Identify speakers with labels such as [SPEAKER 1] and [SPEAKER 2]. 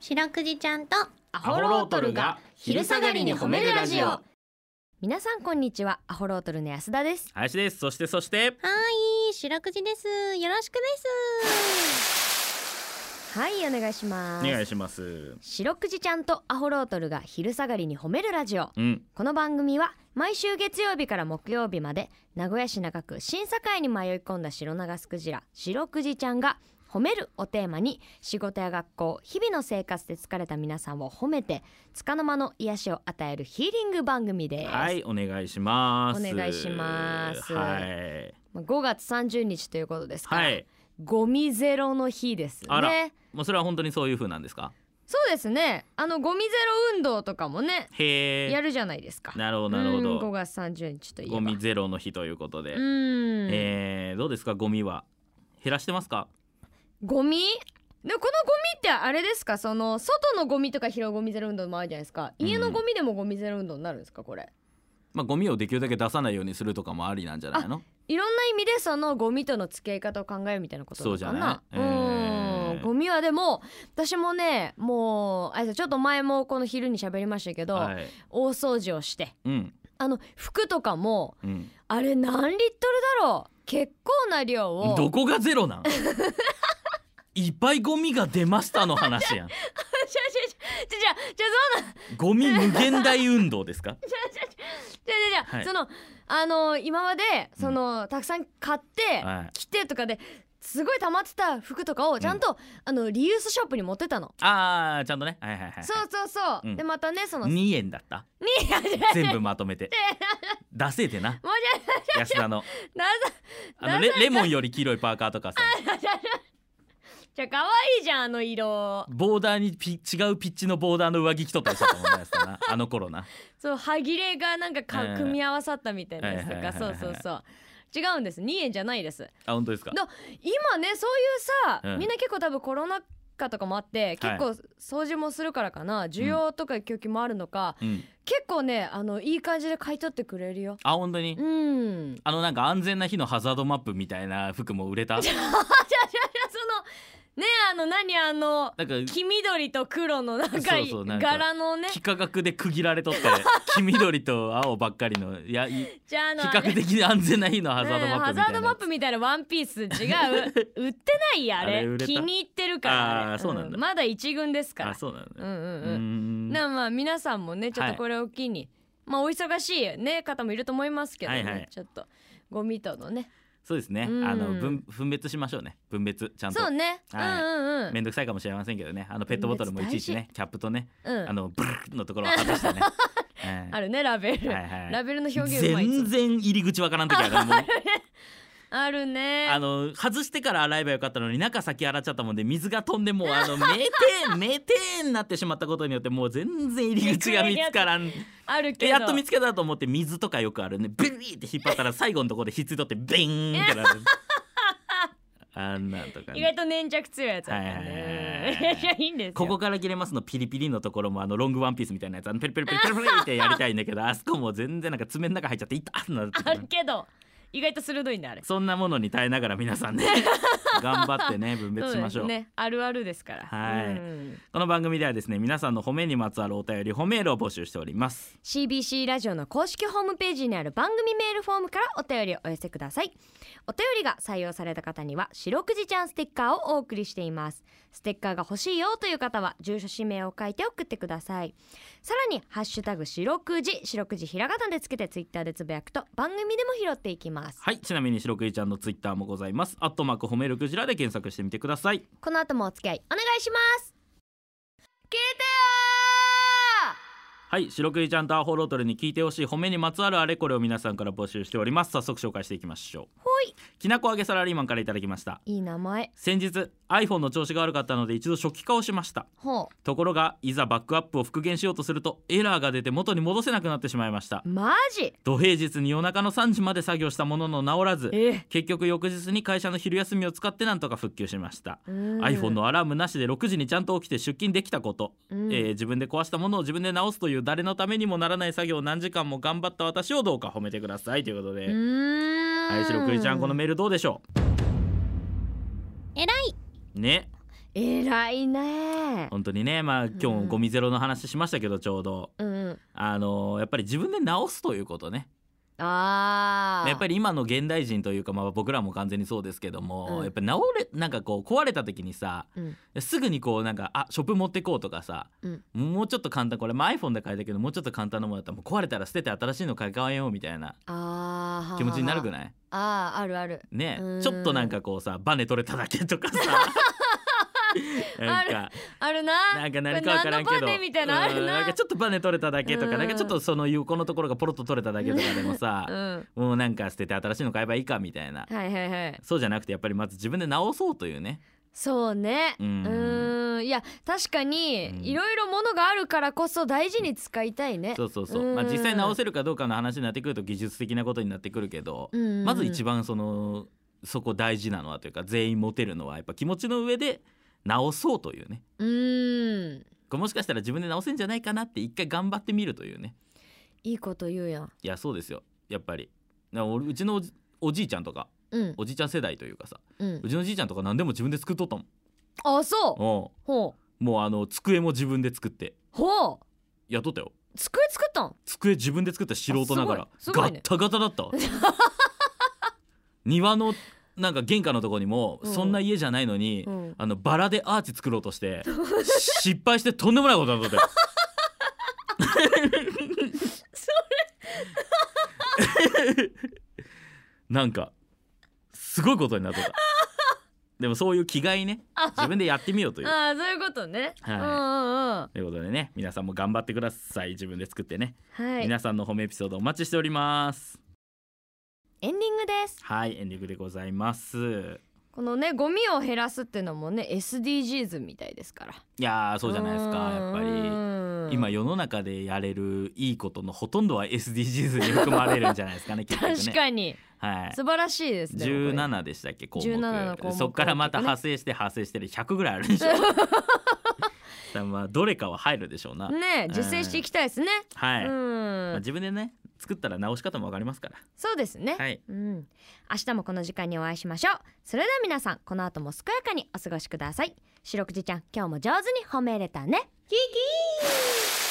[SPEAKER 1] 白くじちゃんと
[SPEAKER 2] ア
[SPEAKER 3] ホロートルが昼下がりに褒めるラジオ
[SPEAKER 2] 皆さんこんにちはアホロートルの安田です
[SPEAKER 3] 林ですそしてそして
[SPEAKER 1] はーい白くじですよろしくです
[SPEAKER 2] はいお願いしま
[SPEAKER 3] お
[SPEAKER 2] す
[SPEAKER 3] 願いします
[SPEAKER 2] 白くじちゃんとアホロートルが昼下がりに褒めるラジオ
[SPEAKER 3] うん
[SPEAKER 2] この番組は毎週月曜日から木曜日まで名古屋市中区審査会に迷い込んだ白長スクジラ白くじちゃんが褒めるをテーマに仕事や学校日々の生活で疲れた皆さんを褒めて束の間の癒しを与えるヒーリング番組です、
[SPEAKER 3] はいお願いします
[SPEAKER 2] お願いします
[SPEAKER 3] はい
[SPEAKER 2] まあ5月30日ということですから、
[SPEAKER 3] はい
[SPEAKER 2] ゴミゼロの日です
[SPEAKER 3] あら
[SPEAKER 2] ね
[SPEAKER 3] もうそれは本当にそういう風なんですか
[SPEAKER 2] そうですねあのゴミゼロ運動とかもね
[SPEAKER 3] へ
[SPEAKER 2] や
[SPEAKER 3] え
[SPEAKER 2] るじゃないですか
[SPEAKER 3] なるほどなるほ
[SPEAKER 2] うん5
[SPEAKER 3] ど
[SPEAKER 2] 月30日といえば
[SPEAKER 3] ゴミゼロの日ということで
[SPEAKER 2] うん
[SPEAKER 3] えーどうですかゴミは減らしてますか
[SPEAKER 2] ゴミでもこのゴミってあれですかその外のゴミとか拾うゴミゼロ運動もあるじゃないですか
[SPEAKER 3] うん
[SPEAKER 2] 家のゴミでもゴミゼロ運動になるんですかこれ
[SPEAKER 3] まあゴミをできるだけ出さないようにするとかもありなんじゃないの
[SPEAKER 2] いろんな意味でそのゴミとの付き合い方を考えるみたいなことなのかな
[SPEAKER 3] そうじゃないえ
[SPEAKER 2] うん
[SPEAKER 3] ー
[SPEAKER 2] ゴミはでも私もねもうあれですよちょっと前もこの昼に喋りましたけど、
[SPEAKER 3] はい
[SPEAKER 2] 大掃除をして
[SPEAKER 3] うん
[SPEAKER 2] あの服とかも
[SPEAKER 3] うん
[SPEAKER 2] あれ何リットルだろう結構な量を
[SPEAKER 3] どこがゼロなんいっぱいゴミが出ましたの話やん
[SPEAKER 2] じゃじゃじゃじゃ
[SPEAKER 3] ゴミ無限大運動ですか
[SPEAKER 2] じゃじゃじゃ、
[SPEAKER 3] はい
[SPEAKER 2] そのあの今までその、たくさん買って、
[SPEAKER 3] はい
[SPEAKER 2] 着てとかですごい溜まってた服とかをちゃんと、あのリユースショップに持ってたの。
[SPEAKER 3] ああちゃんとねはいはいはい
[SPEAKER 2] そうそうそう、
[SPEAKER 3] うん
[SPEAKER 2] でまたねその に
[SPEAKER 3] 2円だった
[SPEAKER 2] やじゃ
[SPEAKER 3] 全部まとめて出せてな
[SPEAKER 2] もうじ
[SPEAKER 3] 安田の
[SPEAKER 2] ゃなさ
[SPEAKER 3] あのレレモンより黄色いパーカーとかさ
[SPEAKER 2] じゃ可愛いじゃんあの色
[SPEAKER 3] ボーダーにピ違うピッチのボーダーの上着着とったりしたと思うんだよ安田なあの頃な
[SPEAKER 2] そう歯切れがなんかか、
[SPEAKER 3] うん
[SPEAKER 2] 組み合わさったみたいなやつと
[SPEAKER 3] はいは
[SPEAKER 2] か
[SPEAKER 3] いはい
[SPEAKER 2] そう
[SPEAKER 3] はい
[SPEAKER 2] そうそう違うんです2円じゃないです
[SPEAKER 3] あ本当ですか
[SPEAKER 2] だ今ねそういうさ、
[SPEAKER 3] うん
[SPEAKER 2] みんな結構多分コロナ禍とかもあって結構掃除もするからかな、需要とか供給もあるのか、
[SPEAKER 3] うん
[SPEAKER 2] 結構ねあのいい感じで買い取ってくれるよ
[SPEAKER 3] あ本当に
[SPEAKER 2] うん
[SPEAKER 3] あのなんか安全な日のハザードマップみたいな服も売れた
[SPEAKER 2] じゃあじゃあじゃあそのねあの何あの
[SPEAKER 3] なんか
[SPEAKER 2] 黄緑と黒のなんか
[SPEAKER 3] そうそうなんか
[SPEAKER 2] 柄のね
[SPEAKER 3] 幾何学で区切ら れとって黄緑と青ばっかりのいやい
[SPEAKER 2] じゃああ
[SPEAKER 3] 比
[SPEAKER 2] の
[SPEAKER 3] 較的安全な日のハザード
[SPEAKER 2] うん
[SPEAKER 3] マッ
[SPEAKER 2] ハ
[SPEAKER 3] プみ
[SPEAKER 2] ザ
[SPEAKER 3] た
[SPEAKER 2] ー
[SPEAKER 3] いな
[SPEAKER 2] ド
[SPEAKER 3] や
[SPEAKER 2] マッ
[SPEAKER 3] つ
[SPEAKER 2] プみたいなワンピース違う売ってないやあれ
[SPEAKER 3] あれ売れた
[SPEAKER 2] 気に入ってるかられ
[SPEAKER 3] あーそうなんだ
[SPEAKER 2] まだ一軍ですから
[SPEAKER 3] あそうなのね
[SPEAKER 2] うんうん
[SPEAKER 3] う
[SPEAKER 2] うん
[SPEAKER 3] ん
[SPEAKER 2] なまあ皆さんもねちょっと
[SPEAKER 3] はい
[SPEAKER 2] これを機に、まあお忙しいね方もいると思いますけどね、
[SPEAKER 3] はいはい
[SPEAKER 2] ちょっとゴミとのね
[SPEAKER 3] そうですね
[SPEAKER 2] うん
[SPEAKER 3] あの分分別しましょうね分別ちゃんと
[SPEAKER 2] そうね、
[SPEAKER 3] はい
[SPEAKER 2] うんうんうん
[SPEAKER 3] めんどくさいかもしれませんけどねあのペットボトルもいちいちねキャップとね
[SPEAKER 2] うん
[SPEAKER 3] あのブルッのところを外し てね、ええ
[SPEAKER 2] あるねラベル、
[SPEAKER 3] はいはい
[SPEAKER 2] ラベルの表現うまい
[SPEAKER 3] 全然入り口わからん時あ るもう
[SPEAKER 2] あるね
[SPEAKER 3] あの外してから洗えばよかったのに中先洗っちゃったもんで水が飛んでもう あの名店名店になってしまったことによってもう全然入り口が見つからん
[SPEAKER 2] あるけ
[SPEAKER 3] で
[SPEAKER 2] ど
[SPEAKER 3] やっと見つけたと思って水とかよくあるねビリって引っ張ったら最後のところでひっついとってビーンってな るあんなんとかね、
[SPEAKER 2] 意外と粘着強いやつだった
[SPEAKER 3] はいはい
[SPEAKER 2] ね
[SPEAKER 3] はいはいはい
[SPEAKER 2] いやいいんですよ
[SPEAKER 3] ここから切れますのピリピリのところもあのロングワンピースみたいなやつあのペリペリペリペリペリってやりたいんだけどあそこも全然なんか爪の中入っちゃって痛っなってく
[SPEAKER 2] あ
[SPEAKER 3] る
[SPEAKER 2] るけど意外と鋭いんだあれ
[SPEAKER 3] そんなものに耐えながら皆さんね頑張ってね分別しましょう
[SPEAKER 2] そですねあるあるですから
[SPEAKER 3] はい
[SPEAKER 2] うん
[SPEAKER 3] この番組ではですね皆さんの褒めにまつわるお便り褒めールを募集しております
[SPEAKER 2] CBC ラジオの公式ホームページにある番組メールフォームからお便りをお寄せくださいお便りが採用された方には白くじちゃんステッカーをお送りしていますステッカーが欲しいよという方は住所氏名を書いて送ってくださいさらにハッシュタグ白くじ白くじひらがなでつけてツイッターでつぶやくと番組でも拾っていきます
[SPEAKER 3] はいちなみに白くいちゃんのツイッターもございますアットマーク褒めるクジラで検索してみてください
[SPEAKER 2] この後もお付き合いお願いします聞いてよ
[SPEAKER 3] はい白くいちゃんとアホロートルに聞いてほしい褒めにまつわるあれこれを皆さんから募集しております早速紹介していきましょう
[SPEAKER 2] ほい
[SPEAKER 3] きなこ揚げサラリーマンからいただきました
[SPEAKER 2] いい名前
[SPEAKER 3] 先日 iPhone の調子が悪かったので一度初期化をしました
[SPEAKER 2] ほ
[SPEAKER 3] ところがいざバックアップを復元しようとするとエラーが出て元に戻せなくなってしまいました
[SPEAKER 2] うマジ
[SPEAKER 3] 土平日に夜中の3時まで作業したものの治らず
[SPEAKER 2] え
[SPEAKER 3] 結局翌日に会社の昼休みを使ってなんとか復旧しました、iPhone
[SPEAKER 2] iPhone
[SPEAKER 3] のアラームなしで6時にちゃんと起きて出勤できたこと、えー自分で壊したものを自分で直すという誰のためにもならない作業を何時間も頑張った私をどうか褒めてくださいということで、
[SPEAKER 2] は
[SPEAKER 3] 林六くりちゃんこのメールどうでしょ
[SPEAKER 1] えらいう
[SPEAKER 3] ね
[SPEAKER 2] 偉いね
[SPEAKER 3] 本当にねまあ今
[SPEAKER 2] う
[SPEAKER 3] 日
[SPEAKER 2] ん
[SPEAKER 3] ゴミゼロの話しましたけどちょうど
[SPEAKER 2] うんうん
[SPEAKER 3] あのやっぱり自分で直すということね
[SPEAKER 2] ああ
[SPEAKER 3] やっぱり今の現代人というか、まあ、僕らも完全にそうですけども、
[SPEAKER 2] うん
[SPEAKER 3] やっぱ直れなんかこう壊れた時にさ
[SPEAKER 2] うん
[SPEAKER 3] すぐにこうなんかあショップ持ってこうとかさ、
[SPEAKER 2] うん
[SPEAKER 3] もうちょっと簡単これ、まあ、iPhone で買えたけどもうちょっと簡単なものだったらもう壊れたら捨てて新しいの買い替えようみたいな
[SPEAKER 2] あー
[SPEAKER 3] 気持ちになる
[SPEAKER 2] は
[SPEAKER 3] く
[SPEAKER 2] は
[SPEAKER 3] ない
[SPEAKER 2] あーあるある
[SPEAKER 3] ね
[SPEAKER 2] うん
[SPEAKER 3] ちょっとなんかこうさバネ取れただけ とかさなんか
[SPEAKER 2] ある な
[SPEAKER 3] なんか何かわからんけ
[SPEAKER 2] これ何の
[SPEAKER 3] ど
[SPEAKER 2] バネみたいなのある
[SPEAKER 3] うん
[SPEAKER 2] な
[SPEAKER 3] なんかちょっとバネ取れただけとか、
[SPEAKER 2] うん
[SPEAKER 3] なんかちょっとその横のところがポロッと取れただけとかでもさ、
[SPEAKER 2] うん
[SPEAKER 3] もうなんか捨てて新しいの買えばいいかみたいな、
[SPEAKER 2] はいはいはい
[SPEAKER 3] そうじゃなくてやっぱりまず自分で直そうというね
[SPEAKER 2] そうね
[SPEAKER 3] う
[SPEAKER 2] うんーんいや確か
[SPEAKER 3] うん
[SPEAKER 2] にいろいろものがあるからこそ大事に使いたいね
[SPEAKER 3] そうそうそう、
[SPEAKER 2] うん
[SPEAKER 3] まあ、実際直せるかどうかの話になってくると技術的なことになってくるけど、
[SPEAKER 2] うん
[SPEAKER 3] まず一
[SPEAKER 2] 番
[SPEAKER 3] 番そのそこ大事なのはというか全員持てるのはやっぱ気持ちの上で直そうというね
[SPEAKER 2] うーん
[SPEAKER 3] これもしかしたら自分で直せんじゃないかなって一回頑張ってみるというね
[SPEAKER 2] いいこと言うやん
[SPEAKER 3] いやそうですよやっぱりな俺うちのおじおじいちゃんとか
[SPEAKER 2] うん
[SPEAKER 3] おじいちゃん世代というかさ
[SPEAKER 2] うん
[SPEAKER 3] うちのじいちゃんとか何でも自分で作っとったもん
[SPEAKER 2] あそう
[SPEAKER 3] お
[SPEAKER 2] ほう
[SPEAKER 3] うもうあの机も自分で作って
[SPEAKER 2] ほう
[SPEAKER 3] やっとったよ
[SPEAKER 2] 机作ったん
[SPEAKER 3] 机自分で作った素人ながら
[SPEAKER 2] あすごいすご
[SPEAKER 3] ガ
[SPEAKER 2] いね
[SPEAKER 3] ッタガタだっ たわ庭のなんか玄関のとこにも
[SPEAKER 2] うん
[SPEAKER 3] そんな家じゃないのに、
[SPEAKER 2] うん
[SPEAKER 3] あのバラでアーチ作ろうとして失敗してとんでもないことになっとったよ なんかすごいことになっとったでもそういう気概ね 自分でやってみようという
[SPEAKER 2] ああそういうことねう
[SPEAKER 3] は
[SPEAKER 2] ん
[SPEAKER 3] い
[SPEAKER 2] うんうん
[SPEAKER 3] ということでね皆さんも頑張ってください自分で作ってね、
[SPEAKER 2] はい
[SPEAKER 3] 皆さんの褒めエピソードお待ちしております
[SPEAKER 2] エンディングです
[SPEAKER 3] はいエンディングでございます
[SPEAKER 2] このねゴミを減らすっていうのもね SDGs みたいですから
[SPEAKER 3] いやーそうじゃないですかやっぱり
[SPEAKER 2] ぱ
[SPEAKER 3] 今世の中でやれるいいことのほとんどは SDGs に含まれるんじゃないです かね結局ね
[SPEAKER 2] 確かに
[SPEAKER 3] はい
[SPEAKER 2] 素晴らしいですねこ
[SPEAKER 3] 17でしたっけ項目
[SPEAKER 2] 17の項目
[SPEAKER 3] そっからまた派生して派生してる100ぐらいあるでしょ さあまあどれかは入るでしょうな
[SPEAKER 2] れねえ実践していきたいですね
[SPEAKER 3] はい、
[SPEAKER 2] う
[SPEAKER 3] まあ
[SPEAKER 2] ん
[SPEAKER 3] 自分でね作ったら直し方もわかりますから
[SPEAKER 2] そうですね
[SPEAKER 3] はい
[SPEAKER 2] うん明日もこの時間にお会いしましょうそれでは皆さんこの後も健やかにお過ごしください白くじちゃん今日も上手に褒めれたねキキー